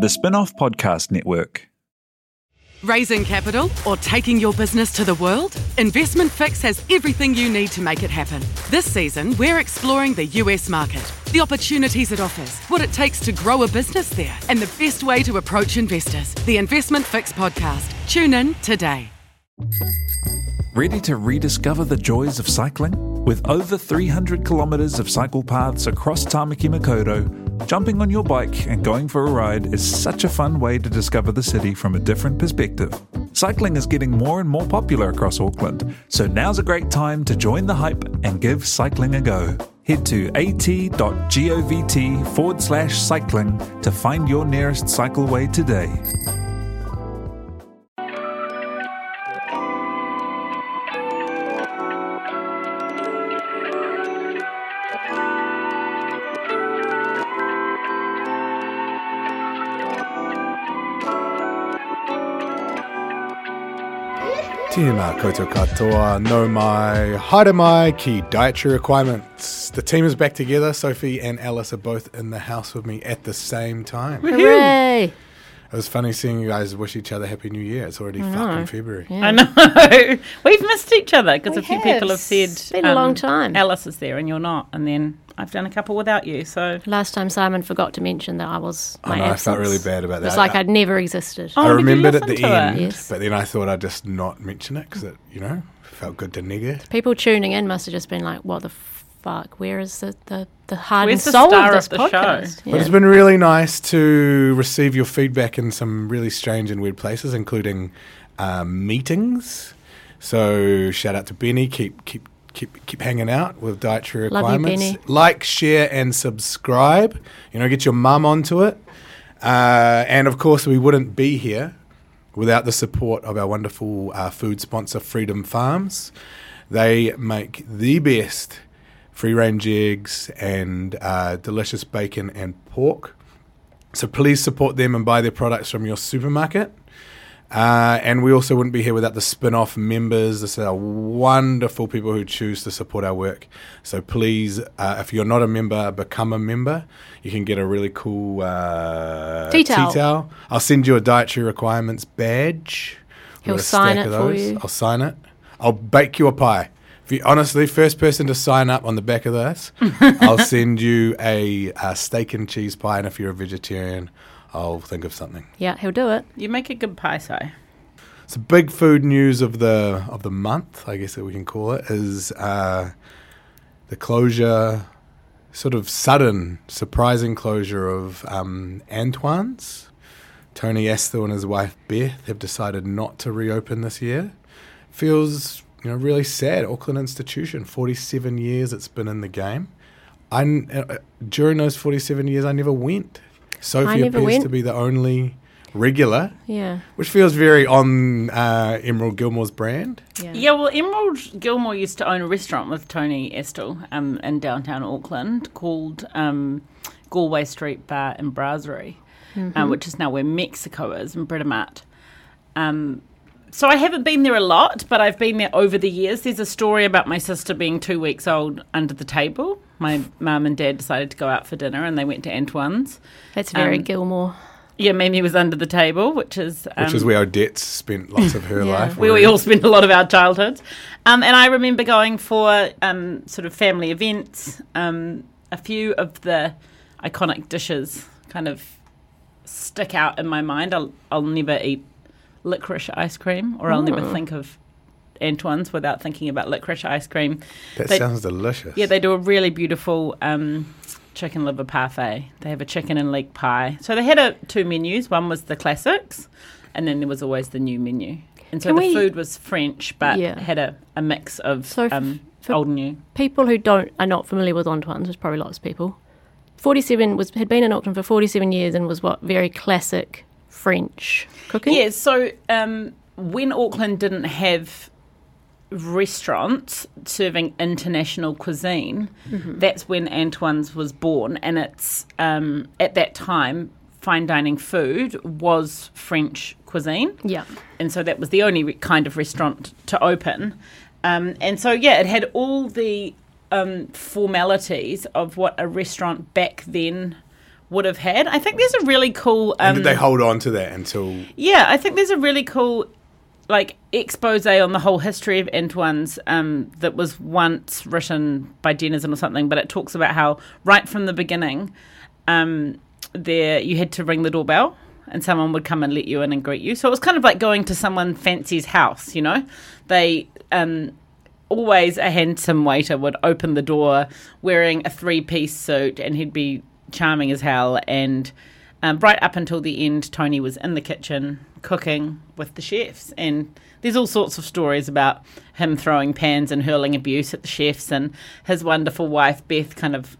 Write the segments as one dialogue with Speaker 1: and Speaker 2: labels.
Speaker 1: The Spinoff Podcast Network.
Speaker 2: Raising capital or taking your business to the world? Investment Fix has everything you need to make it happen. This season, we're exploring the US market, the opportunities it offers, what it takes to grow a business there, and the best way to approach investors. The Investment Fix podcast. Tune in today.
Speaker 1: Ready to rediscover the joys of cycling? With over 300 kilometres of cycle paths across Tamaki Makaurau, jumping on your bike and going for a ride is such a fun way to discover the city from a different perspective. Cycling is getting more and more popular across Auckland, so now's a great time to join the hype and give cycling a go. Head to at.govt forward slash cycling to find your nearest cycleway today.
Speaker 3: Tēnā koutou katoa, no mai, haere mai ki dietary requirements. The team is back together. Sophie and Alice are both in the house with me at the same time. It
Speaker 4: Hooray!
Speaker 3: was funny seeing you guys wish each other Happy New Year. It's
Speaker 4: Oh,
Speaker 3: already fucking February.
Speaker 5: I know. We've missed each other because a few
Speaker 4: have.
Speaker 5: people have said um,
Speaker 4: It's been a long time.
Speaker 5: Alice is there and you're not, and then I've done a couple without you. So
Speaker 4: Last time Simon forgot to mention that I was my
Speaker 3: know, Oh, I
Speaker 4: absence.
Speaker 3: felt really bad about
Speaker 4: It's
Speaker 3: that.
Speaker 4: like
Speaker 3: I-
Speaker 4: I'd never existed.
Speaker 5: Oh.
Speaker 3: I
Speaker 5: did you
Speaker 3: remembered at the
Speaker 5: listen to it?
Speaker 3: end,
Speaker 4: Yes.
Speaker 3: but then I thought I'd just not mention it because it, you know, felt good to nigger. it.
Speaker 4: People tuning in must have just been like, "What the fuck? Where is the the, the heart
Speaker 5: Where's
Speaker 4: and
Speaker 5: the
Speaker 4: soul of
Speaker 5: star of
Speaker 4: this
Speaker 5: the show?
Speaker 4: podcast?"
Speaker 3: But it's
Speaker 4: Yeah.
Speaker 3: been really nice to receive your feedback in some really strange and weird places, including um, meetings. So shout out to Benny. Keep keep keep keep hanging out with dietary
Speaker 4: Love you,
Speaker 3: requirements.
Speaker 4: Benny.
Speaker 3: Like, share, and subscribe. You know, get your mum onto it. Uh, and of course, we wouldn't be here without the support of our wonderful uh, food sponsor, Freedom Farms. They make the best free range eggs and uh, delicious bacon and pork. So please support them and buy their products from your supermarket. Uh, and we also wouldn't be here without the spin off members. This are wonderful people who choose to support our work. So please, uh, if you're not a member, become a member. You can get a really cool uh,
Speaker 4: Tea towel.
Speaker 3: I'll send you a dietary requirements badge. We've
Speaker 4: He'll
Speaker 3: got a
Speaker 4: sign
Speaker 3: stack
Speaker 4: it
Speaker 3: of
Speaker 4: for
Speaker 3: those.
Speaker 4: you.
Speaker 3: I'll sign it. I'll bake you a pie. If you honestly, first person to sign up on the back of this, I'll send you a, uh steak and cheese pie. And if you're a vegetarian, I'll think of something.
Speaker 4: yeah, he'll do it.
Speaker 5: you make a good pie, so.
Speaker 3: So big food news of the of the month, I guess that we can call it, is uh, the closure, sort of sudden, surprising closure of um, Antoine's. Tony Estel and his wife Beth have decided not to reopen this year. Feels you know really sad. Auckland institution, forty seven years it's been in the game. I n- uh, during those forty seven years I never went. Sophie
Speaker 4: never
Speaker 3: appears
Speaker 4: went.
Speaker 3: to be the only regular
Speaker 4: Yeah,
Speaker 3: which feels very on uh, Emerald Gilmore's brand.
Speaker 4: yeah.
Speaker 5: Yeah, well, Emerald Gilmore used to own a restaurant with Tony Estel um, in downtown Auckland called um, Galway Street Bar and Brasserie, uh, which is now where Mexico is in Britomart. Um, so I haven't been there a lot, but I've been there over the years. There's a story about my sister being two weeks old under the table. My mum and dad decided to go out for dinner, and they went to Antoine's.
Speaker 4: That's very
Speaker 5: Um,
Speaker 4: Gilmore.
Speaker 5: Yeah, Mimi was under the table, which is um,
Speaker 3: Which is where Odette spent lots of her
Speaker 4: Yeah.
Speaker 3: life.
Speaker 5: where we all spent a lot of our childhoods. Um, and I remember going for um, sort of family events. Um, a few of the iconic dishes kind of stick out in my mind. I'll, I'll never eat licorice ice cream, or I'll
Speaker 3: Oh.
Speaker 5: never think of Antoine's without thinking about licorice ice cream.
Speaker 3: That
Speaker 5: They-
Speaker 3: sounds delicious.
Speaker 5: Yeah, they do a really beautiful um, chicken liver parfait. They have a chicken and leek pie. So they had a, two menus. One was the classics, and then there was always the new menu. And so
Speaker 4: Can
Speaker 5: the
Speaker 4: we-
Speaker 5: food was French, but
Speaker 4: Yeah.
Speaker 5: had a, a mix of
Speaker 4: So f-
Speaker 5: um,
Speaker 4: for-
Speaker 5: old and new.
Speaker 4: People who don't are not familiar with Antoine's. There's probably lots of people. Forty-seven was had been in Auckland for forty-seven years and was what very classic French cooking.
Speaker 5: Yeah, so um, when Auckland didn't have restaurants serving international cuisine, that's when Antoine's was born, and it's um, at that time fine dining food was French cuisine.
Speaker 4: Yeah.
Speaker 5: and so that was the only re- kind of restaurant to open. Um, and so yeah, it had all the um, formalities of what a restaurant back then would have had. I think there's a really cool. Um,
Speaker 3: And did they hold on to that until
Speaker 5: Yeah, I think there's a really cool like expose on the whole history of Antoine's um, that was once written by Denizen or something, but it talks about how right from the beginning, um, there you had to ring the doorbell and someone would come and let you in and greet you. So it was kind of like going to someone fancy's house, you know? They um, always a handsome waiter would open the door wearing a three piece suit and he'd be charming as hell. And um, right up until the end, Tony was in the kitchen cooking with the chefs. And there's all sorts of stories about him throwing pans and hurling abuse at the chefs and his wonderful wife, Beth, kind of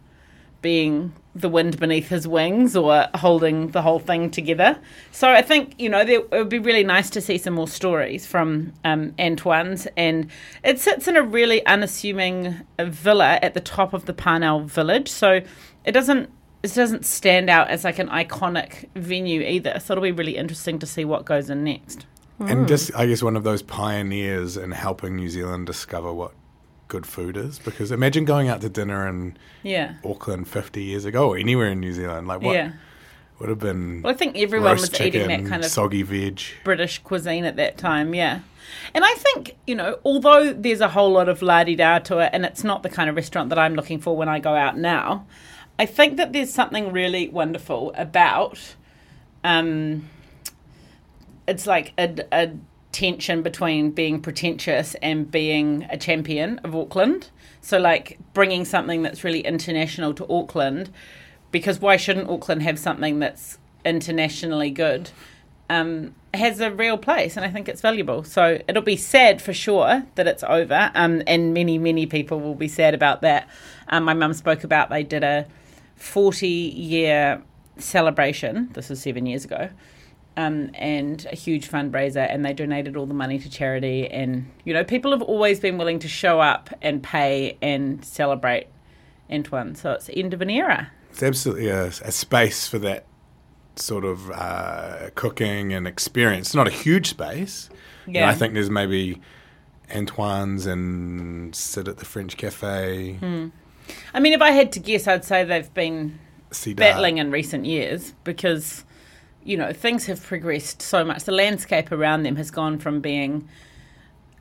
Speaker 5: being the wind beneath his wings or holding the whole thing together. So I think, you know, there, it would be really nice to see some more stories from um, Antoine's. And it sits in a really unassuming uh, villa at the top of the Parnell village. So it doesn't. It doesn't stand out as like an iconic venue either, so it'll be really interesting to see what goes in next.
Speaker 3: and just I guess one of those pioneers in helping New Zealand discover what good food is because imagine going out to dinner in
Speaker 5: Yeah,
Speaker 3: Auckland 50 years ago or anywhere in New Zealand like what
Speaker 5: yeah.
Speaker 3: would have been
Speaker 5: Well, I think everyone
Speaker 3: roast
Speaker 5: was
Speaker 3: chicken,
Speaker 5: eating that kind of
Speaker 3: soggy veg
Speaker 5: British cuisine at that time, yeah. And I think, you know, although there's a whole lot of la di da to it, and it's not the kind of restaurant that I'm looking for when I go out now, I think that there's something really wonderful about um, it's like a, a tension between being pretentious and being a champion of Auckland. So, like, bringing something that's really international to Auckland, because why shouldn't Auckland have something that's internationally good? um, has a real place, and I think it's valuable. So it'll be sad for sure that it's over, um, and many, many people will be sad about that. Um, my mum spoke about they did a 40 year celebration, this was seven years ago, um, and a huge fundraiser, and they donated all the money to charity. And, you know, people have always been willing to show up and pay and celebrate Antoine. So it's the end of an era.
Speaker 3: it's absolutely a, a space for that sort of uh, cooking and experience. It's not a huge space. Yeah.
Speaker 5: Yeah.
Speaker 3: I think there's maybe Antoine's and sit at the French Cafe,
Speaker 5: Hmm. I mean, if I had to guess, I'd say they've been
Speaker 3: Cedar.
Speaker 5: battling in recent years because you know things have progressed so much the landscape around them has gone from being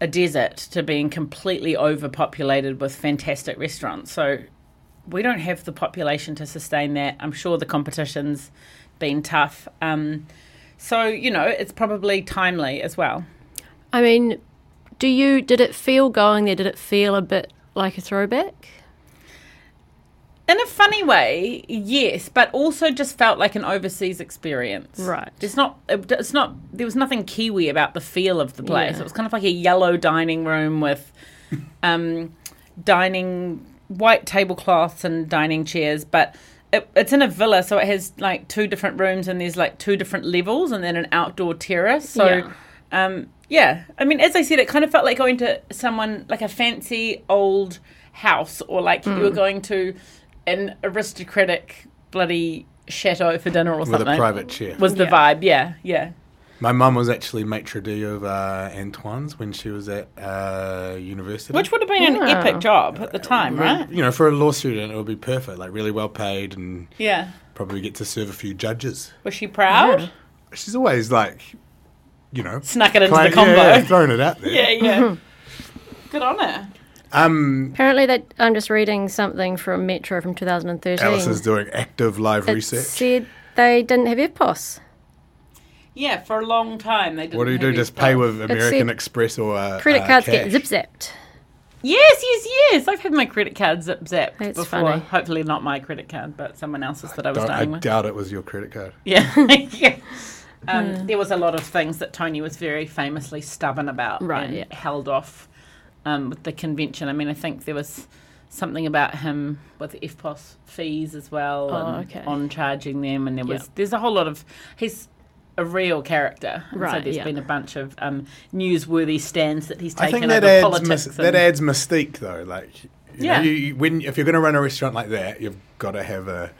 Speaker 5: a desert to being completely overpopulated with fantastic restaurants so we don't have the population to sustain that i'm sure the competition's been tough um, so you know it's probably timely as well
Speaker 4: I mean, do you did it feel going there? Did it feel a bit like a throwback?
Speaker 5: In a funny way, yes, but also just felt like an overseas experience.
Speaker 4: Right.
Speaker 5: It's not. it- It's not. There was nothing Kiwi about the feel of the place.
Speaker 4: Yeah.
Speaker 5: It was kind of like a yellow dining room with, um, dining white tablecloths and dining chairs, but. It, it's in a villa, so it has like two different rooms, and there's like two different levels, and then an outdoor terrace. So
Speaker 4: Yeah.
Speaker 5: um, yeah, I mean, as I said, it kind of felt like going to someone like a fancy old house, or like you
Speaker 4: Mm.
Speaker 5: were going to an aristocratic bloody chateau for dinner or
Speaker 3: with
Speaker 5: something.
Speaker 3: a private chef.
Speaker 5: was the
Speaker 4: Yeah.
Speaker 5: vibe? Yeah, yeah.
Speaker 3: My mum was actually maitre d' of uh, Antoine's when she was at uh, university.
Speaker 5: Which would have been an
Speaker 4: Yeah.
Speaker 5: epic job at the time, right?
Speaker 3: you know, for a law student, it would be perfect. Like really well paid, and
Speaker 5: Yeah.
Speaker 3: probably get to serve a few judges.
Speaker 5: Was she proud?
Speaker 3: She's always like, you know,
Speaker 5: Snuck it into the
Speaker 3: claim-
Speaker 5: combo.
Speaker 3: yeah, yeah, throwing it out there.
Speaker 5: Yeah, yeah.
Speaker 4: Mm-hmm.
Speaker 5: Good on her.
Speaker 3: Um,
Speaker 4: Apparently, that I'm just reading something from Metro from 2013.
Speaker 3: Alice is doing active live
Speaker 4: it
Speaker 3: research.
Speaker 4: said they didn't have EPOS.
Speaker 5: Yeah, for a long time they didn't.
Speaker 3: What do you do?
Speaker 5: have
Speaker 3: Just
Speaker 5: these
Speaker 3: pay
Speaker 5: jobs.
Speaker 3: with American
Speaker 4: said
Speaker 3: Express or uh,
Speaker 4: Credit
Speaker 3: uh,
Speaker 4: cards
Speaker 3: cash?
Speaker 4: get zip zapped.
Speaker 5: Yes, yes, yes. I've had my credit card zip zapped
Speaker 4: That's
Speaker 5: before.
Speaker 4: funny.
Speaker 5: Hopefully not my credit card, but someone else's that I was
Speaker 3: Don't- I
Speaker 5: dining with.
Speaker 3: doubt it was your credit card.
Speaker 5: Yeah. yeah. Um, There was a lot of things that Tony was very famously stubborn about
Speaker 4: Right,
Speaker 5: and
Speaker 4: yeah.
Speaker 5: held off um, with the convention. I mean, I think there was something about him with the FPOS fees as well
Speaker 4: Oh,
Speaker 5: and
Speaker 4: okay.
Speaker 5: on charging them. And there was
Speaker 4: Yep.
Speaker 5: there's a whole lot of he's a real character. And So
Speaker 4: Right,
Speaker 5: there's
Speaker 4: yeah.
Speaker 5: been a bunch of um, newsworthy stands that he's
Speaker 3: I think
Speaker 5: taken
Speaker 3: that
Speaker 5: over
Speaker 3: adds
Speaker 5: politics.
Speaker 3: mis- that
Speaker 5: and-
Speaker 3: adds mystique though. Like, you
Speaker 5: Yeah.
Speaker 3: know, you, you, when if you're going to run a restaurant like that, you've got to have a,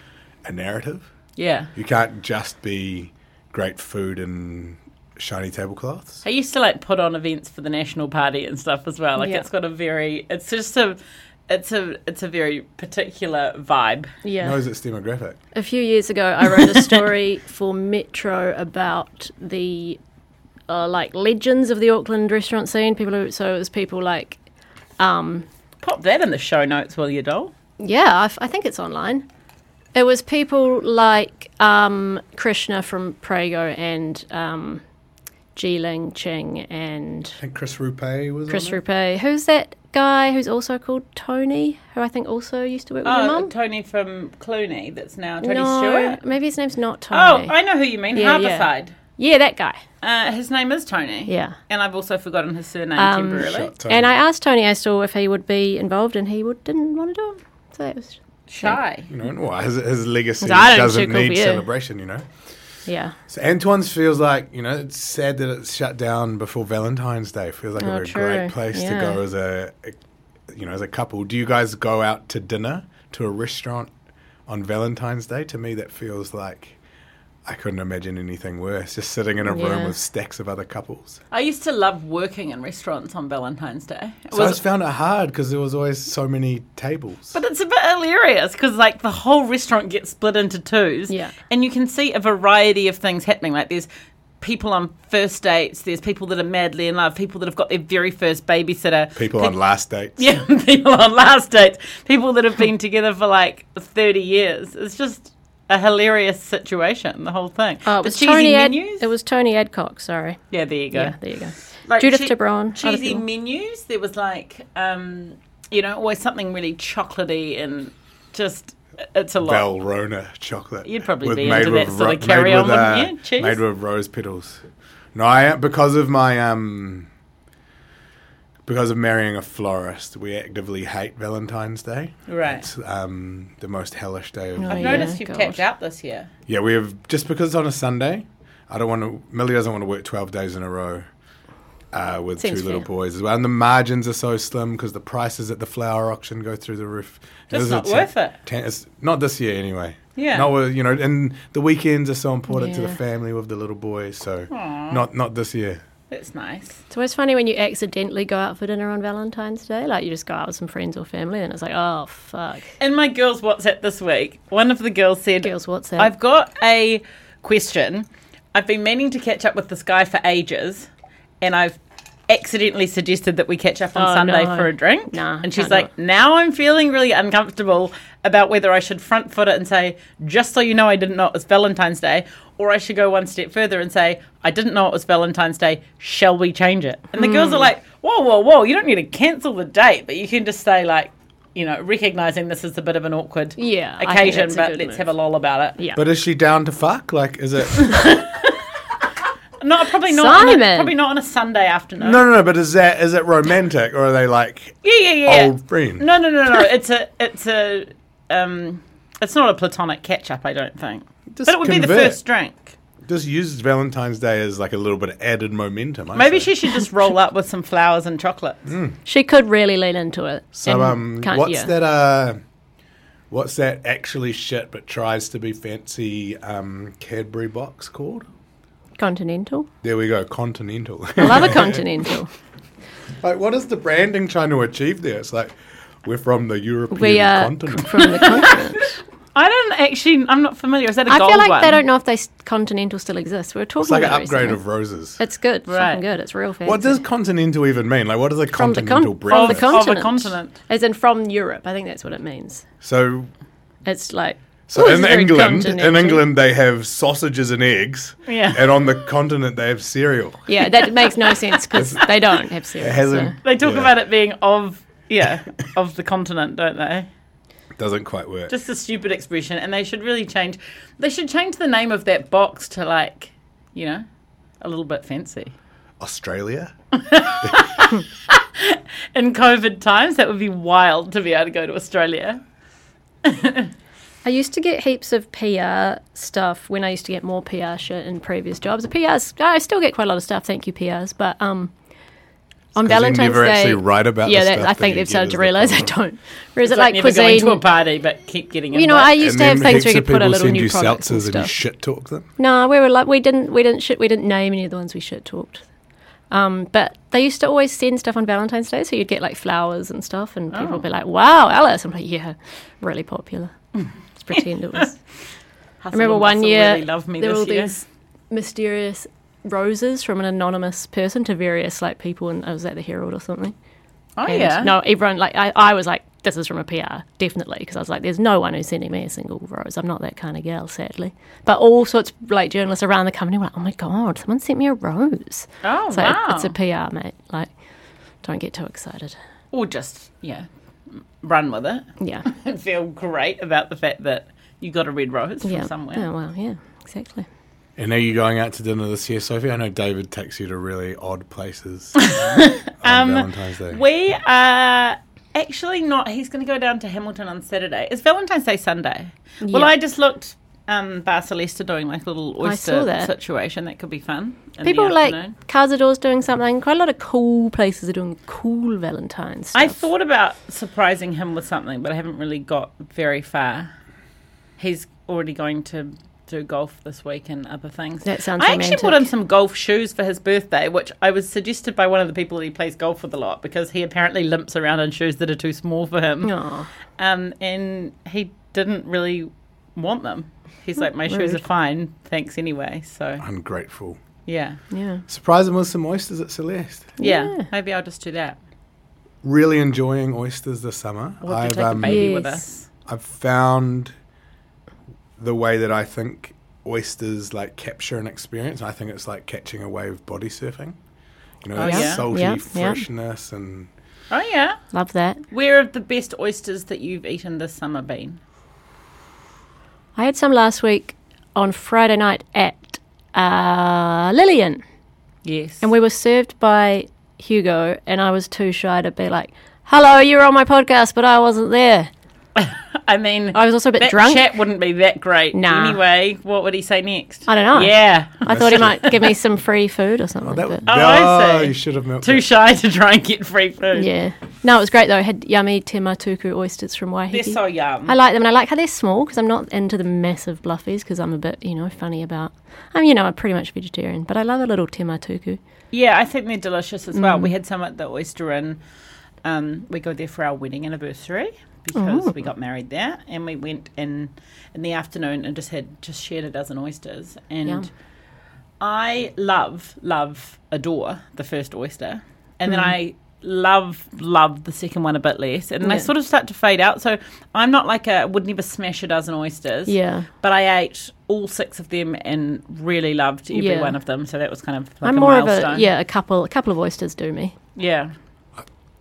Speaker 3: a narrative.
Speaker 5: yeah.
Speaker 3: You can't just be great food and shiny tablecloths.
Speaker 5: I used to like put on events for the National Party and stuff as well. Like
Speaker 4: Yeah.
Speaker 5: it's got a very, it's just a, it's a it's a very particular vibe.
Speaker 4: Yeah.
Speaker 3: Knows its demographic.
Speaker 4: A few years ago, I wrote a story for Metro about the uh, like legends of the Auckland restaurant scene. People who so it was people like
Speaker 5: Pop that in the show notes, will you, doll?
Speaker 4: yeah, I, f- I think it's online. It was people like um, Krishna from Prego and um, Ji Ling Ching and
Speaker 3: I think Chris Rupe was
Speaker 4: Chris
Speaker 3: on it.
Speaker 4: Rupe. Who's that guy who's also called Tony? Who I think also used to work with your
Speaker 5: Oh,
Speaker 4: mum.
Speaker 5: Tony from Clooney. That's now Tony
Speaker 4: no,
Speaker 5: Stewart.
Speaker 4: maybe his name's not
Speaker 5: Oh,
Speaker 4: Tony.
Speaker 5: I know who you mean.
Speaker 4: Yeah, yeah.
Speaker 5: Harborside.
Speaker 4: yeah, that guy.
Speaker 5: Uh, his name is Tony.
Speaker 4: Yeah. Um,
Speaker 5: And I've also forgotten his surname temporarily.
Speaker 3: Shot
Speaker 4: And I asked Tony Astor if he would be involved, and he would, didn't want to do it. So that was,
Speaker 5: Shy.
Speaker 3: You know, well, his, his legacy
Speaker 4: So I don't
Speaker 3: doesn't
Speaker 4: think it'll
Speaker 3: need
Speaker 4: be it.
Speaker 3: celebration, you know.
Speaker 4: yeah.
Speaker 3: So Antoine's feels like, you know, it's sad that it's shut down before Valentine's Day. Feels like
Speaker 4: Oh,
Speaker 3: a very
Speaker 4: true.
Speaker 3: great place
Speaker 4: Yeah.
Speaker 3: to go as a, you know, as a couple. Do you guys go out to dinner to a restaurant on Valentine's Day? To me, that feels like I couldn't imagine anything worse. Just sitting in a room
Speaker 4: Yeah.
Speaker 3: with stacks of other couples.
Speaker 5: I used to love working in restaurants on Valentine's Day. It
Speaker 3: So I
Speaker 5: was-
Speaker 3: just found it hard because there was always so many tables.
Speaker 5: But it's a bit hilarious because like the whole restaurant gets split into twos,
Speaker 4: Yeah.
Speaker 5: and you can see a variety of things happening. Like there's people on first dates, there's people that are madly in love, people that have got their very first babysitter,
Speaker 3: People on last dates.
Speaker 5: yeah, people on last dates, people that have been together for like thirty years. It's just a hilarious situation. The whole thing.
Speaker 4: Oh, it
Speaker 5: the
Speaker 4: was
Speaker 5: Uh, cheesy
Speaker 4: Tony. Ad-
Speaker 5: menus.
Speaker 4: it was Tony Adcock. Sorry.
Speaker 5: yeah, there you go.
Speaker 4: Yeah, there you go.
Speaker 5: Like
Speaker 4: Judith
Speaker 5: che-
Speaker 4: Debron. other
Speaker 5: cheesy
Speaker 4: people.
Speaker 5: menus. There was like, um, you know, always something really chocolatey and just it's a lot.
Speaker 3: Val Rona chocolate.
Speaker 5: You'd probably
Speaker 3: with-
Speaker 5: be
Speaker 3: made
Speaker 5: into
Speaker 3: with
Speaker 5: that sort of
Speaker 3: made
Speaker 5: carry-on,
Speaker 3: with, uh,
Speaker 5: wouldn't you? Cheese?
Speaker 3: Made with rose petals. No, I because of my um, because of marrying a florist, we actively hate Valentine's Day.
Speaker 5: Right.
Speaker 3: It's um, the most hellish day of.
Speaker 4: Oh,
Speaker 5: I've
Speaker 4: yeah,
Speaker 5: noticed you've
Speaker 4: God.
Speaker 5: tapped out this year.
Speaker 3: Yeah, we have just because it's on a Sunday. I don't want to. Millie doesn't want to work twelve days in a row. Uh, with
Speaker 4: Seems
Speaker 3: two little
Speaker 4: fair.
Speaker 3: boys as well, and the margins are so slim because the prices at the flower auction go through the roof.
Speaker 5: Just
Speaker 3: This is a
Speaker 5: not worth it.
Speaker 3: ten- it's not this year anyway.
Speaker 5: Yeah.
Speaker 3: Not with, you know, and the weekends are so important to the
Speaker 4: Yeah.
Speaker 3: family with the little boys. So not not this year.
Speaker 5: That's nice.
Speaker 4: It's always funny when you accidentally go out for dinner on Valentine's Day. Like you just go out with some friends or family, and it's like, oh fuck.
Speaker 5: In my girls' WhatsApp this week, one of the girls said,
Speaker 4: Girls WhatsApp.
Speaker 5: I've got a question. I've been meaning to catch up with this guy for ages, and I've accidentally suggested that we catch up on
Speaker 4: Oh,
Speaker 5: Sunday
Speaker 4: no.
Speaker 5: for a drink.
Speaker 4: Nah,
Speaker 5: and she's
Speaker 4: can't do
Speaker 5: like, now I'm feeling really uncomfortable about whether I should front foot it and say, just so you know, I didn't know it was Valentine's Day, or I should go one step further and say, I didn't know it was Valentine's Day. Shall we change it? And the
Speaker 4: Hmm.
Speaker 5: girls are like, whoa, whoa, whoa! You don't need to cancel the date, but you can just say like. You know, recognizing this is a bit of an awkward
Speaker 4: Yeah, I think
Speaker 5: occasion,
Speaker 4: that's a
Speaker 5: but
Speaker 4: good
Speaker 5: let's
Speaker 4: move.
Speaker 5: have a lol about it.
Speaker 4: Yeah.
Speaker 3: But is she down to fuck? Like, is it?
Speaker 5: No, probably not. on a-
Speaker 4: Simon.
Speaker 5: probably not on a Sunday afternoon.
Speaker 3: no, no, no. But is that is it romantic or are they like
Speaker 5: Yeah, yeah, yeah.
Speaker 3: old friends?
Speaker 5: No, no, no, no. It's a, it's a, um, it's not a platonic catch up. I don't think.
Speaker 3: Just
Speaker 5: but it would be the
Speaker 3: convert.
Speaker 5: first drink.
Speaker 3: Just use Valentine's Day as like a little bit of added momentum. I
Speaker 5: Maybe
Speaker 3: say.
Speaker 5: she should just roll up with some flowers and chocolates.
Speaker 3: Mm.
Speaker 4: she could really lean into it.
Speaker 3: So
Speaker 4: and
Speaker 3: um,
Speaker 4: can't-
Speaker 3: what's
Speaker 4: yeah.
Speaker 3: that? Uh, what's that actually shit but tries to be fancy um, Cadbury box called?
Speaker 4: Continental.
Speaker 3: There we go, Continental.
Speaker 4: I love a continental.
Speaker 3: like, what is the branding trying to achieve there? It's like we're from the European
Speaker 4: We uh, are
Speaker 3: continent.
Speaker 4: from the continent.
Speaker 5: I don't actually. I'm not familiar. Is that a
Speaker 4: I
Speaker 5: gold
Speaker 4: feel like
Speaker 5: one?
Speaker 4: they don't know if they s- continental still exists. We were talking
Speaker 3: It's like an
Speaker 4: about it
Speaker 3: upgrade
Speaker 4: recently.
Speaker 3: of roses.
Speaker 4: It's good. It's
Speaker 5: Right.
Speaker 4: fucking good. It's real fancy.
Speaker 3: What does continental even mean? Like, what is a
Speaker 4: from the,
Speaker 3: continental
Speaker 4: con- from the
Speaker 3: breakfast?
Speaker 5: Of a
Speaker 4: continent?
Speaker 5: continent.
Speaker 4: As in from Europe. I think that's what it means.
Speaker 3: so,
Speaker 4: It's like.
Speaker 3: so
Speaker 4: "Ooh, it's
Speaker 3: in
Speaker 4: very
Speaker 3: England, in
Speaker 4: continental."
Speaker 3: England they have sausages and eggs,
Speaker 5: Yeah.
Speaker 3: and on the continent they have cereal.
Speaker 4: Yeah, that makes no sense because they don't have cereal.
Speaker 3: It
Speaker 4: so.
Speaker 3: hasn't.
Speaker 5: They talk
Speaker 3: yeah,
Speaker 5: about it being of. Yeah, of the continent, don't they?
Speaker 3: Doesn't quite work.
Speaker 5: Just a stupid expression, and they should really change. They should change the name of that box to like, you know, a little bit fancy.
Speaker 3: Australia.
Speaker 5: in COVID times, that would be wild to be able to go to Australia.
Speaker 4: I used to get heaps of PR stuff when I used to get more PR shit in previous jobs. The PRs, I still get quite a lot of stuff. Thank you, PRs. But um,
Speaker 3: 'Cause
Speaker 4: on
Speaker 3: you
Speaker 4: Valentine's
Speaker 3: never
Speaker 4: Day,
Speaker 3: actually write about
Speaker 4: yeah,
Speaker 3: the
Speaker 4: that,
Speaker 3: stuff
Speaker 4: I
Speaker 3: that
Speaker 4: think
Speaker 3: you
Speaker 4: they've
Speaker 3: get
Speaker 4: started
Speaker 3: is
Speaker 4: to
Speaker 3: the
Speaker 4: realise I
Speaker 3: problem.
Speaker 4: don't. Whereas it
Speaker 5: Like
Speaker 4: like
Speaker 5: never going
Speaker 4: cuisine,
Speaker 5: to a party, but keep getting.
Speaker 4: you know, I
Speaker 5: invited.
Speaker 4: used to have things where you
Speaker 3: heaps
Speaker 4: could put a
Speaker 3: of
Speaker 4: little
Speaker 3: people
Speaker 4: new products
Speaker 3: send you seltzers
Speaker 4: and
Speaker 3: and you
Speaker 4: stuff.
Speaker 3: shit talk them.
Speaker 4: No, we were like we didn't we didn't shit we didn't name any of the ones we shit talked. Um, but they used to always send stuff on Valentine's Day, so you'd get like flowers and stuff, and people
Speaker 5: Oh.
Speaker 4: would be like, "Wow, Alice!" I'm like, "Yeah, really popular." Let's pretend it was. I remember one year
Speaker 5: Really loved me
Speaker 4: there were all
Speaker 5: this year.
Speaker 4: these mysterious roses from an anonymous person to various like people, and I was at the Herald or something.
Speaker 5: oh
Speaker 4: And
Speaker 5: yeah.
Speaker 4: No, everyone like I, I was like, this is from a PR, definitely, because I was like, there's no one who's sending me a single rose. I'm not that kind of gal, sadly. But all sorts of like journalists around the company were like, oh my god, someone sent me a rose.
Speaker 5: Oh
Speaker 4: So
Speaker 5: wow.
Speaker 4: it's a PR, mate. Like, don't get too excited.
Speaker 5: or just yeah, m- run with it
Speaker 4: Yeah,
Speaker 5: and feel great about the fact that you got a red rose
Speaker 4: yeah.
Speaker 5: from somewhere.
Speaker 4: Oh, well, yeah, exactly.
Speaker 3: And are you going out to dinner this year, Sophie? I know David takes you to really odd places uh,
Speaker 4: Um,
Speaker 3: on Valentine's Day.
Speaker 5: We are actually not. He's going to go down to Hamilton on Saturday. It's Valentine's Day Sunday. Well,
Speaker 4: Yeah.
Speaker 5: I just looked. Um, Bar Celeste doing like a little
Speaker 4: I
Speaker 5: oyster
Speaker 4: saw that.
Speaker 5: situation. That could be fun. in the
Speaker 4: People like
Speaker 5: afternoon.
Speaker 4: Cazador's doing something. Quite a lot of cool places are doing cool Valentine's. Stuff.
Speaker 5: I thought about surprising him with something, but I haven't really got very far. He's already going to do golf this week and other things.
Speaker 4: That sounds
Speaker 5: I actually bought him
Speaker 4: romantic.
Speaker 5: some golf shoes for his birthday, which I was suggested by one of the people that he plays golf with a lot because he apparently limps around in shoes that are too small for him.
Speaker 4: Aw.
Speaker 5: Um, and he didn't really want them. He's like, my shoes are fine, thanks anyway. So
Speaker 3: Ungrateful.
Speaker 5: yeah,
Speaker 4: yeah.
Speaker 3: Surprise him with some oysters at Celeste.
Speaker 5: yeah,
Speaker 4: Yeah.
Speaker 5: maybe I'll just do that.
Speaker 3: Really enjoying oysters this summer. um,
Speaker 5: We'll have to take a baby with
Speaker 4: Yes.
Speaker 5: us.
Speaker 3: I've found the way that I think oysters like capture an experience. I think it's like catching a wave body surfing. You know, that
Speaker 5: yeah.
Speaker 3: salty
Speaker 4: Oh, Yeah, yeah.
Speaker 3: freshness and
Speaker 5: Oh yeah.
Speaker 4: Love that.
Speaker 5: Where have the best oysters that you've eaten this summer been?
Speaker 4: I had some last week on Friday night at uh, Lillian,
Speaker 5: Yes.
Speaker 4: and we were served by Hugo, and I was too shy to be like, "Hello, you were on my podcast, but I wasn't there."
Speaker 5: I mean,
Speaker 4: I was also a bit
Speaker 5: that
Speaker 4: drunk.
Speaker 5: chat wouldn't be that great.
Speaker 4: Nah.
Speaker 5: Anyway, what would he say next?
Speaker 4: I don't know.
Speaker 5: Yeah.
Speaker 4: I thought he might give me some free food or something.
Speaker 3: that
Speaker 4: but-
Speaker 5: Oh, I
Speaker 3: No,
Speaker 5: see.
Speaker 3: you should have milked
Speaker 5: Too
Speaker 3: it.
Speaker 5: shy to try and get free food.
Speaker 4: yeah, no, it was great though. I had yummy tematuku oysters from
Speaker 5: They're
Speaker 4: Waiheke.
Speaker 5: so yum.
Speaker 4: I like them, and I like how they're small because I'm not into the massive bluffies because I'm a bit, you know, funny about. I mean, you know, I'm pretty much vegetarian, but I love a little tematuku.
Speaker 5: yeah, I think they're delicious as well.
Speaker 4: Mm.
Speaker 5: We had some at the Oyster Inn. Um, we go there for our wedding anniversary because
Speaker 4: Oh.
Speaker 5: we got married there, and we went in in the afternoon and just had just shared a dozen oysters. And
Speaker 4: Yum.
Speaker 5: I love, love, adore the first oyster, and
Speaker 4: Mm.
Speaker 5: then I love, love the second one a bit less, and then I
Speaker 4: Yeah.
Speaker 5: sort of start to fade out. So I'm not like a would never smash a dozen oysters.
Speaker 4: Yeah.
Speaker 5: But I ate all six of them and really loved every
Speaker 4: Yeah.
Speaker 5: one of them. So that was kind of like
Speaker 4: I'm
Speaker 5: a
Speaker 4: more
Speaker 5: milestone.
Speaker 4: of a yeah, a couple, a couple of oysters do me.
Speaker 5: Yeah.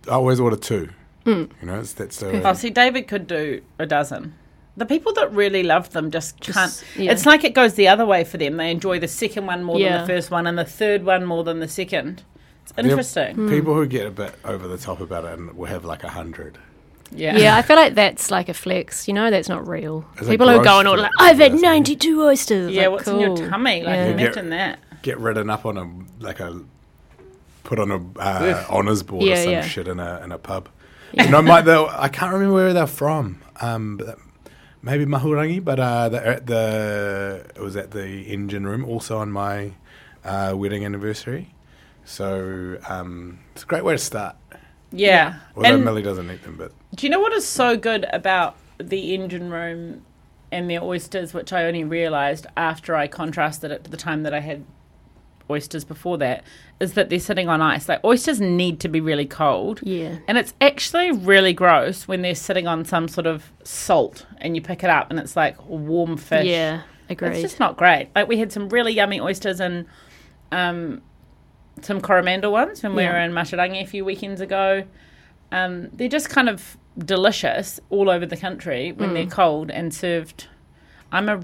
Speaker 3: I always order two. You know, it's, that's a,
Speaker 5: Oh, see, David could do a dozen. The people that really love them just, can't.
Speaker 4: yeah.
Speaker 5: It's like it goes the other way for them. They enjoy the second one more than
Speaker 4: Yeah.
Speaker 5: the first one, and the third one more than the second. It's
Speaker 3: they're
Speaker 5: interesting.
Speaker 3: People who get a bit over the top about it and will have like a hundred.
Speaker 5: Yeah.
Speaker 4: Yeah, I feel like that's like a flex. You know, that's not real.
Speaker 3: It's a
Speaker 4: People who
Speaker 3: gross
Speaker 4: go and all
Speaker 3: flex,
Speaker 4: like, I've had
Speaker 3: isn't it?
Speaker 4: 92 oysters. It's
Speaker 5: Yeah,
Speaker 4: like,
Speaker 5: what's in your
Speaker 4: cool.
Speaker 5: tummy? Like,
Speaker 4: Yeah.
Speaker 3: You get-
Speaker 5: imagine that.
Speaker 3: Get ridden up on a like a put on a uh, honors board or
Speaker 4: Yeah,
Speaker 3: some
Speaker 4: yeah.
Speaker 3: shit in a in a pub. You know, might they I can't remember where they're from. Um, but that- maybe Mahurangi, but uh, the, at the it was at the engine room, also on my uh, wedding anniversary. So um, it's a great way to start.
Speaker 5: Yeah.
Speaker 3: Although
Speaker 5: And-
Speaker 3: Millie doesn't eat them, but
Speaker 5: Do you know what is so good about the engine room and their oysters, which I only realised after I contrasted it to the time that I had oysters before that, is that they're sitting on ice. Like oysters need to be really cold.
Speaker 4: Yeah.
Speaker 5: And it's actually really gross when they're sitting on some sort of salt and you pick it up and it's like warm fish.
Speaker 4: Yeah,
Speaker 5: It's
Speaker 4: agreed.
Speaker 5: just not great. Like we had some really yummy oysters and um, some coromandel ones when we
Speaker 4: Yeah.
Speaker 5: were in Masharangi a few weekends ago. Um, they're just kind of delicious all over the country when
Speaker 4: Mm.
Speaker 5: they're cold and served. I'm a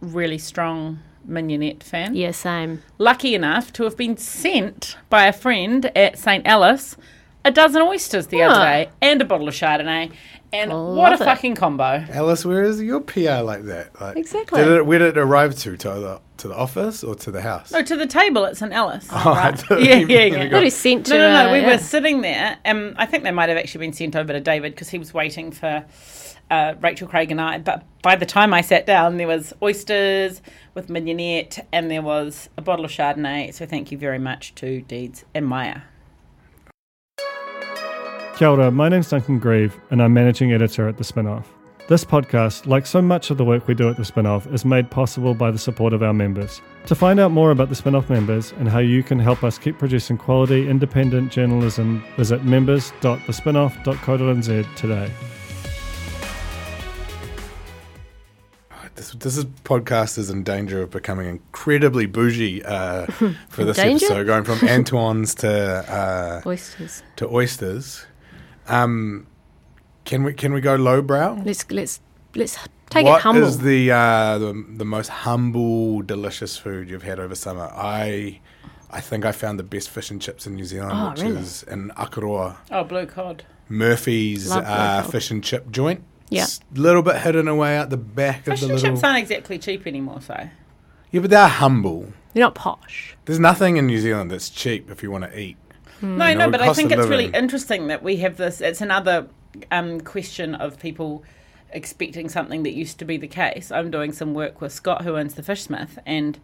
Speaker 5: really strong mignonette fan.
Speaker 4: yeah, same.
Speaker 5: Lucky enough to have been sent by a friend at St. Alice a dozen oysters the other
Speaker 4: Huh.
Speaker 5: day and a bottle of Chardonnay. And what a
Speaker 4: Ah. Love it.
Speaker 5: fucking combo.
Speaker 3: Alice, where is your PR like that? Like,
Speaker 4: Exactly.
Speaker 3: Did it, where did it arrive to? To the to the office or to the house?
Speaker 5: No, to the table at St. Alice.
Speaker 3: Oh, I thought
Speaker 5: Yeah,
Speaker 3: you-
Speaker 5: yeah,
Speaker 3: you
Speaker 5: yeah.
Speaker 3: got-
Speaker 4: What is sent to?
Speaker 5: No, no, no.
Speaker 4: uh,
Speaker 5: we
Speaker 4: yeah.
Speaker 5: were sitting there, and I think they might have actually been sent over to David because he was waiting for uh, Rachel Craig and I. But by the time I sat down, there was oysters with mignonette, and there was a bottle of Chardonnay. So thank you very much to Deeds and Maya.
Speaker 6: Kia ora, my name's Duncan Grieve, and I'm managing editor at The Spinoff. This podcast, like so much of the work we do at The Spinoff, is made possible by the support of our members. To find out more about The Spinoff members and how you can help us keep producing quality, independent journalism, visit members.thespinoff.co.nz today.
Speaker 3: This, this is, podcast is in danger of becoming incredibly bougie uh, for this
Speaker 4: Danger?
Speaker 3: episode, going from Antoine's to uh,
Speaker 4: Oysters.
Speaker 3: to oysters. Um, can we can we go lowbrow?
Speaker 4: Let's let's let's
Speaker 3: What
Speaker 4: take
Speaker 3: is
Speaker 4: it humble.
Speaker 3: the, uh, the the most humble, delicious food you've had over summer? I I think I found the best fish and chips in New Zealand,
Speaker 4: Oh,
Speaker 3: which
Speaker 4: really?
Speaker 3: is in Akaroa.
Speaker 5: Oh, blue cod.
Speaker 3: Murphy's
Speaker 4: Love
Speaker 3: uh,
Speaker 4: local.
Speaker 3: fish and chip joint.
Speaker 4: Yeah.
Speaker 3: It's a little bit hidden away out the back
Speaker 5: Fish
Speaker 3: of the
Speaker 5: and
Speaker 3: little.
Speaker 5: chips aren't exactly cheap anymore, so.
Speaker 3: Yeah, but they're humble.
Speaker 4: You're not posh.
Speaker 3: There's nothing in New Zealand that's cheap if you want to eat.
Speaker 5: No,
Speaker 3: know,
Speaker 5: no, but I
Speaker 3: cost
Speaker 5: think
Speaker 3: of
Speaker 5: it's really
Speaker 3: living.
Speaker 5: interesting that we have this. It's another um, question of people expecting something that used to be the case. I'm doing some work with Scott, who owns the Fishsmith, and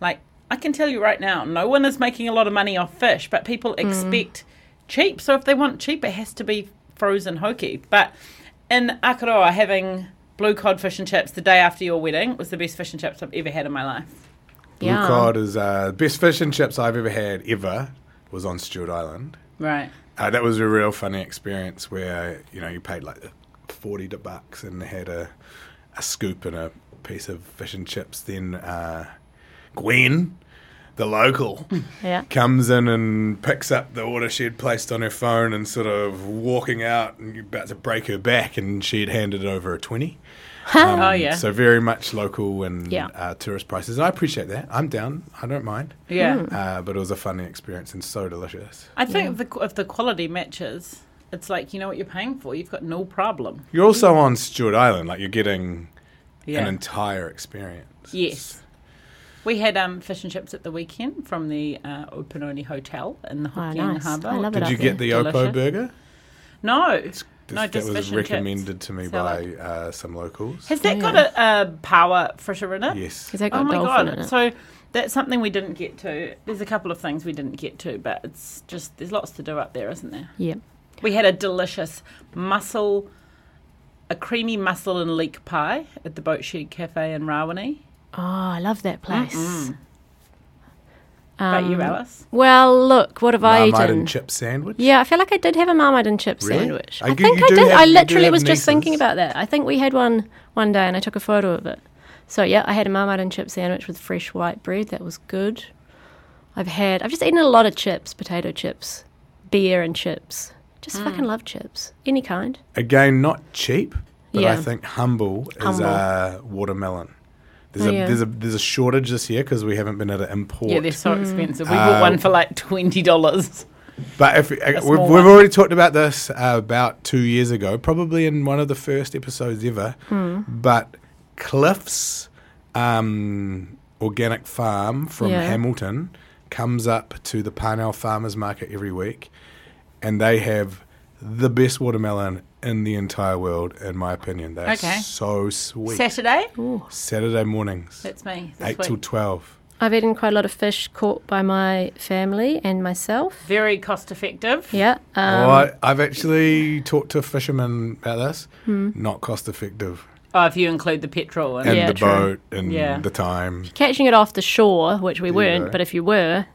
Speaker 5: like I can tell you right now, no one is making a lot of money off fish, but people
Speaker 3: Mm.
Speaker 5: expect cheap. So if they want cheap, it has to be frozen hoki. But in Akaroa, having blue cod fish and chips the day after your wedding was the best fish and chips I've ever had in my life.
Speaker 3: Blue
Speaker 4: Yeah.
Speaker 3: cod is uh, best fish and chips I've ever had ever was on Stewart Island.
Speaker 5: Right.
Speaker 3: Uh, that was a real funny experience where you know you paid like forty to bucks and had a a scoop and a piece of fish and chips. Then uh, Gwen, the local,
Speaker 4: Yeah.
Speaker 3: comes in and picks up the order she had placed on her phone and sort of walking out and you're about to break her back and she had handed over a twenty. Um,
Speaker 5: Oh, yeah.
Speaker 3: So very much local and
Speaker 4: Yeah.
Speaker 3: uh, tourist prices. I appreciate that. I'm down. I don't mind.
Speaker 5: Yeah.
Speaker 3: Uh, but it was a funny experience and so delicious.
Speaker 5: I think the, if the quality matches, it's like you know what you're paying for. You've got no problem.
Speaker 3: You're also on Stewart Island, like you're getting
Speaker 5: Yeah.
Speaker 3: an entire experience.
Speaker 5: yes. We had um, fish and chips at the weekend from the uh, Openoni Hotel in the
Speaker 4: Oh,
Speaker 5: Hokkien
Speaker 4: nice.
Speaker 5: Harbour.
Speaker 4: I love it.
Speaker 3: Did
Speaker 4: up
Speaker 3: you get the
Speaker 4: there.
Speaker 5: Delicious.
Speaker 3: Oppo burger?
Speaker 5: No, no,
Speaker 3: This-
Speaker 5: just
Speaker 3: that was
Speaker 5: fish and
Speaker 3: recommended
Speaker 5: chips.
Speaker 3: to me
Speaker 5: Salad.
Speaker 3: by uh, some locals.
Speaker 5: Has that
Speaker 4: Yeah.
Speaker 5: got a, a power fritter in it?
Speaker 3: yes.
Speaker 4: Has that got
Speaker 5: Oh my
Speaker 4: dolphin
Speaker 5: god!
Speaker 4: in it?
Speaker 5: So that's something we didn't get to. There's a couple of things we didn't get to, but it's just there's lots to do up there, isn't there?
Speaker 4: yeah.
Speaker 5: We had a delicious mussel, a creamy mussel and leek pie at the Boatshed Cafe in Rawini.
Speaker 4: Oh, I love that place.
Speaker 5: About
Speaker 4: Um,
Speaker 5: you, Alice?
Speaker 4: Well, look, what have I
Speaker 3: Marmite
Speaker 4: eaten?
Speaker 3: and chip sandwich.
Speaker 4: Yeah, I feel like I did have a marmite and chip
Speaker 3: Really?
Speaker 4: sandwich.
Speaker 3: I
Speaker 4: I
Speaker 3: g-
Speaker 4: think
Speaker 3: you
Speaker 4: I
Speaker 3: do
Speaker 4: did.
Speaker 3: have-
Speaker 4: I
Speaker 3: you do
Speaker 4: literally
Speaker 3: have
Speaker 4: was just thinking
Speaker 3: nieces.
Speaker 4: about that. I think we had one one day, and I took a photo of it. So yeah, I had a marmite and chip sandwich with fresh white bread. That was good. I've had. I've just eaten a lot of chips, potato chips, beer and chips. Just fucking love chips, any kind.
Speaker 3: Again, not cheap, but I
Speaker 4: Yeah.
Speaker 3: think humble is
Speaker 4: Humble.
Speaker 3: Uh, watermelon. There's,
Speaker 4: Oh,
Speaker 3: a,
Speaker 4: yeah.
Speaker 3: there's a there's a shortage this year because we haven't been able to import.
Speaker 5: Yeah, they're
Speaker 4: Hmm.
Speaker 5: so expensive. We
Speaker 3: Uh,
Speaker 5: bought one for like twenty dollars.
Speaker 3: But if uh,
Speaker 5: small
Speaker 3: we've,
Speaker 5: one.
Speaker 3: we've already talked about this uh, about two years ago, probably in one of the first episodes ever.
Speaker 5: Hmm.
Speaker 3: But Cliff's um, organic farm from
Speaker 4: Yeah.
Speaker 3: Hamilton comes up to the Parnell Farmers Market every week, and they have the best watermelon in the entire world, in my opinion. They're
Speaker 5: Okay.
Speaker 3: so sweet.
Speaker 5: Saturday.
Speaker 3: Saturday mornings,
Speaker 5: That's me. this
Speaker 3: eight till
Speaker 5: week.
Speaker 3: twelve.
Speaker 4: I've eaten quite a lot of fish caught by my family and myself.
Speaker 5: Very cost effective.
Speaker 4: Yeah. Um,
Speaker 3: oh, I, I've actually talked to fishermen about this.
Speaker 5: Hmm.
Speaker 3: Not cost effective.
Speaker 5: Oh, if you include the petrol and
Speaker 3: and
Speaker 4: Yeah,
Speaker 3: the
Speaker 4: true.
Speaker 3: boat and
Speaker 5: Yeah.
Speaker 3: the time.
Speaker 4: catching it off the shore, which we
Speaker 3: you
Speaker 4: weren't,
Speaker 3: go.
Speaker 4: but if you were,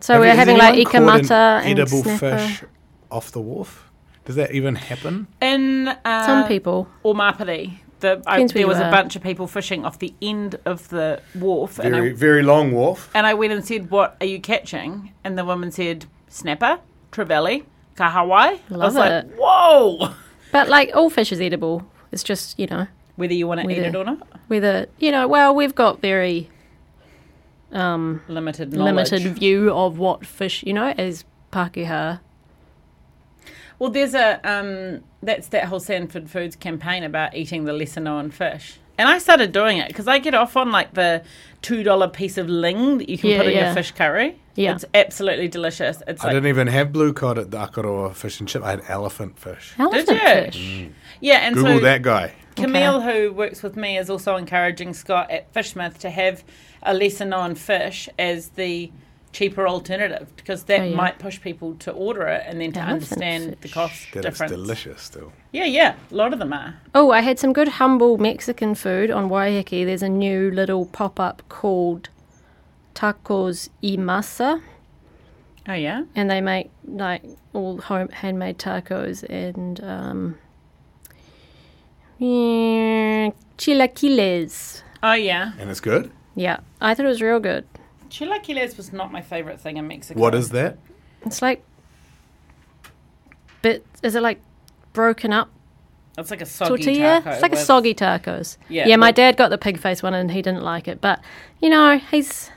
Speaker 4: so
Speaker 3: Have
Speaker 4: we
Speaker 3: you-
Speaker 4: were
Speaker 3: has
Speaker 4: having like
Speaker 3: anyone caught
Speaker 4: ikamata
Speaker 3: an
Speaker 4: and
Speaker 3: edible
Speaker 4: snapper.
Speaker 3: fish off the wharf. Does that even happen?
Speaker 5: in uh,
Speaker 4: Some people.
Speaker 5: or Mapiti. The, I,
Speaker 4: Depends where
Speaker 5: there
Speaker 4: you
Speaker 5: was a
Speaker 4: are.
Speaker 5: bunch of people fishing off the end of the wharf, and I,
Speaker 3: very long wharf.
Speaker 5: and I went and said, "What are you catching?" And the woman said, "Snapper, trevally, kahawai." I was
Speaker 4: Love
Speaker 5: like,
Speaker 4: it.
Speaker 5: "Whoa!"
Speaker 4: But like all fish is edible. It's just you know
Speaker 5: Whether you want to eat
Speaker 4: Whether-
Speaker 5: it or not,
Speaker 4: whether you know. Well, we've got very
Speaker 5: limited knowledge.
Speaker 4: limited view of what fish you know is Pakeha.
Speaker 5: Well, there's a um, that's that whole Sanford Foods campaign about eating the lesser known fish, and I started doing it because I get off on like the two dollar piece of ling that you can
Speaker 4: Yeah,
Speaker 5: put in your
Speaker 4: yeah.
Speaker 5: fish curry.
Speaker 4: Yeah.
Speaker 5: it's absolutely delicious. It's
Speaker 3: I
Speaker 5: like
Speaker 3: didn't even have blue cod at the Akaroa fish and chip. I had elephant fish.
Speaker 4: Elephant
Speaker 5: you?
Speaker 4: fish.
Speaker 5: Yeah, and
Speaker 3: Google
Speaker 5: so
Speaker 3: that guy.
Speaker 5: Camille, who works with me, is also encouraging Scott at Fishmouth to have a lesser known fish as the cheaper alternative because that
Speaker 4: Oh, yeah.
Speaker 5: might push people to order it and then to
Speaker 4: Yeah, I love
Speaker 5: understand the
Speaker 4: fish.
Speaker 5: cost
Speaker 3: That is
Speaker 5: difference.
Speaker 3: delicious still.
Speaker 5: Yeah, yeah, a lot of them are.
Speaker 4: Oh, I had some good humble Mexican food on Waiheke. There's a new little pop up called Tacos y Masa,
Speaker 5: Oh yeah,
Speaker 4: and they make like all home handmade tacos and um, yeah, chilaquiles.
Speaker 5: oh yeah.
Speaker 3: And it's good.
Speaker 4: Yeah, I thought it was real good.
Speaker 5: Chilaquiles was not my favorite thing in Mexico.
Speaker 3: What is that?
Speaker 4: It's like, bit is it like broken up
Speaker 5: It's like a soggy
Speaker 4: tortilla?
Speaker 5: taco
Speaker 4: It's like a
Speaker 5: with-
Speaker 4: soggy tacos.
Speaker 5: Yeah,
Speaker 4: Yeah, my
Speaker 5: with-
Speaker 4: dad got the pig face one and he didn't like it, but you know he's.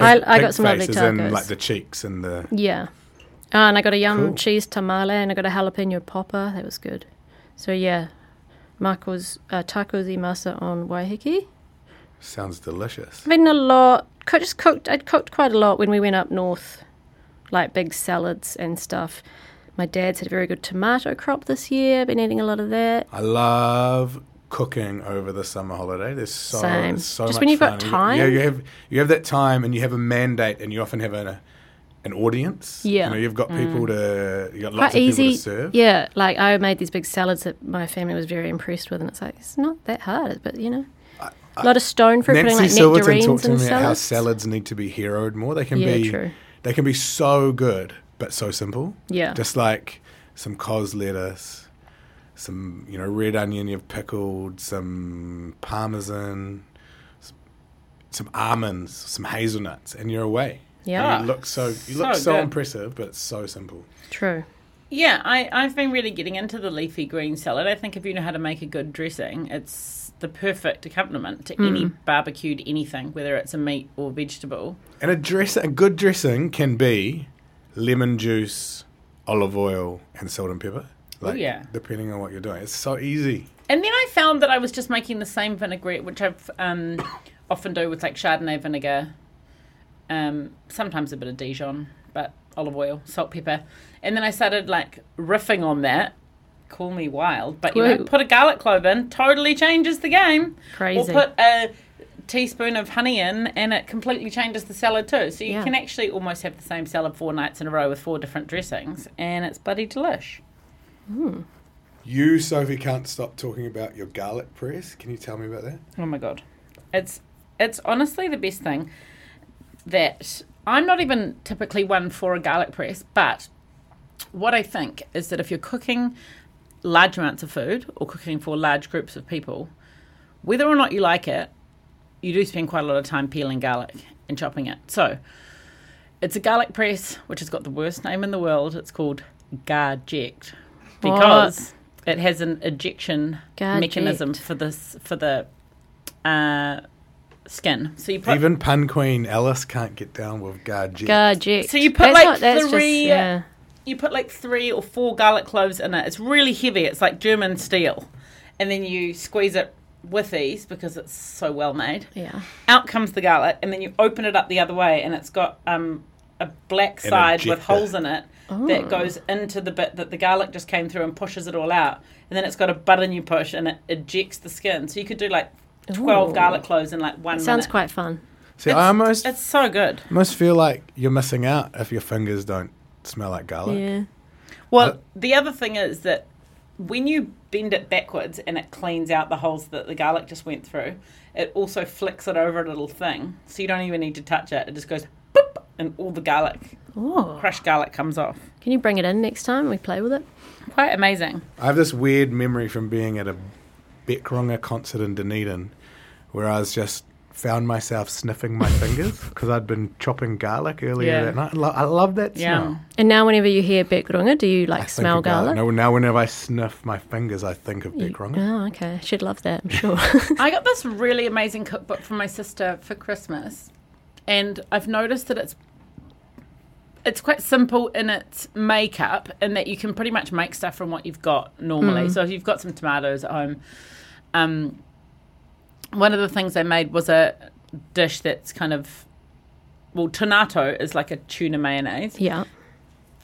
Speaker 4: I, I got some lovely
Speaker 3: faces
Speaker 4: tacos.
Speaker 3: in like the cheeks and the.
Speaker 4: Yeah. Oh, and I got a yum
Speaker 3: Cool.
Speaker 4: cheese tamale and I got a jalapeno popper. That was good. So, yeah, Marco's uh, tacos y masa on Waiheke.
Speaker 3: Sounds delicious.
Speaker 4: I've eaten a lot. Cook, just cooked. I'd cooked quite a lot when we went up north, like big salads and stuff. My dad's had a very good tomato crop this year. Been eating a lot of that.
Speaker 3: I love cooking over the summer holiday. There's so,
Speaker 4: Same.
Speaker 3: it's so
Speaker 4: Just
Speaker 3: much
Speaker 4: when you've got
Speaker 3: fun. You-
Speaker 4: time.
Speaker 3: Yeah, you have you have that time and you have a mandate and you often have a an audience.
Speaker 4: Yeah. Mm.
Speaker 3: You know, you've got people to you got lots
Speaker 4: Quite
Speaker 3: of
Speaker 4: easy.
Speaker 3: people to serve.
Speaker 4: Yeah, like I made these big salads that my family was very impressed with, and it's like it's not that hard, but you know, a lot of stone fruit,
Speaker 3: Nancy
Speaker 4: putting like
Speaker 3: Silverton
Speaker 4: nectarines
Speaker 3: talked to
Speaker 4: in
Speaker 3: me about how
Speaker 4: salads.
Speaker 3: salads need to be heroed more. They can
Speaker 4: Yeah,
Speaker 3: be
Speaker 4: true.
Speaker 3: they can be so good but so simple.
Speaker 4: Yeah.
Speaker 3: Just like some cos lettuce, some you know red onion you've pickled, some parmesan, s- some almonds, some hazelnuts, and you're away.
Speaker 4: Yeah.
Speaker 3: And you look so you look
Speaker 5: So
Speaker 3: so
Speaker 5: good.
Speaker 3: impressive, but it's so simple.
Speaker 4: True.
Speaker 5: Yeah, I, I've been really getting into the leafy green salad. I think if you know how to make a good dressing, it's the perfect accompaniment to any
Speaker 4: Hmm.
Speaker 5: barbecued anything, whether it's a meat or vegetable.
Speaker 3: And a dress, a good dressing can be lemon juice, olive oil, and salt and pepper. Like,
Speaker 5: Oh, yeah.
Speaker 3: Depending on what you're doing, it's so easy.
Speaker 5: And then I found that I was just making the same vinaigrette, which I've um, often do with like Chardonnay vinegar, um, sometimes a bit of Dijon, but olive oil, salt, pepper. And then I started like riffing on that. Call me wild, but you know,
Speaker 4: Whoa.
Speaker 5: put a garlic clove in, totally changes the game.
Speaker 4: Crazy.
Speaker 5: Or put a teaspoon of honey in, and it completely changes the salad too. So you
Speaker 4: Yeah.
Speaker 5: can actually almost have the same salad four nights in a row with four different dressings, and it's bloody delish.
Speaker 3: You, Sophie, can't stop talking about your garlic press. Can you tell me about that?
Speaker 5: Oh my god, it's it's honestly the best thing that I'm not even typically one for a garlic press, but what I think is that if you're cooking large amounts of food or cooking for large groups of people, whether or not you like it, you do spend quite a lot of time peeling garlic and chopping it. So it's a garlic press which has got the worst name in the world. It's called Garject because it has an ejection
Speaker 4: Garject.
Speaker 5: mechanism for this for the uh, skin. So you put
Speaker 3: Even pun queen Alice can't get down with garlic.
Speaker 4: Garlic.
Speaker 5: So you put,
Speaker 4: that's
Speaker 5: like,
Speaker 4: not, that's
Speaker 5: three- uh,
Speaker 4: Just, yeah.
Speaker 5: you put like three or four garlic cloves in it. It's really heavy. It's like German steel, and then you squeeze it with these because it's so well made.
Speaker 4: Yeah.
Speaker 5: Out comes the garlic, and then you open it up the other way, and it's got um, a black
Speaker 3: An
Speaker 5: side with
Speaker 3: ejector.
Speaker 5: holes in it
Speaker 4: Oh.
Speaker 5: that goes into the bit that the garlic just came through and pushes it all out. And then it's got a button you push, and it ejects the skin. So you could do like twelve
Speaker 4: Ooh.
Speaker 5: garlic cloves in like one.
Speaker 4: Sounds
Speaker 5: minute.
Speaker 4: quite fun.
Speaker 3: See, I almost,
Speaker 5: It's so good.
Speaker 3: almost feel like you're missing out if your fingers don't smell like garlic.
Speaker 4: Yeah.
Speaker 5: Well, the other thing is that when you bend it backwards and it cleans out the holes that the garlic just went through, it also flicks it over a little thing. So you don't even need to touch it. It just goes boop and all the garlic,
Speaker 4: Oh.
Speaker 5: crushed garlic comes off.
Speaker 4: Can you bring it in next time? We play with it.
Speaker 5: Quite amazing.
Speaker 3: I have this weird memory from being at a Beckronger concert in Dunedin where I was just found myself sniffing my fingers because I'd been chopping garlic earlier
Speaker 5: Yeah.
Speaker 3: that night. Lo- I love that
Speaker 5: Yeah.
Speaker 3: smell.
Speaker 4: And now, whenever you hear Beckrunger, do you like
Speaker 3: I think
Speaker 4: smell
Speaker 3: of garlic.
Speaker 4: garlic?
Speaker 3: No, now whenever I sniff my fingers, I think of Beckronger.
Speaker 5: uh,
Speaker 4: Oh, okay. She'd love that. I'm sure.
Speaker 5: I got this really amazing cookbook from my sister for Christmas, and I've noticed that it's it's quite simple in its makeup, in that you can pretty much make stuff from what you've got normally.
Speaker 4: Mm.
Speaker 5: So if you've got some tomatoes at home, um, one of the things I made was a dish that's kind of well, tonato is like a tuna mayonnaise,
Speaker 4: yeah.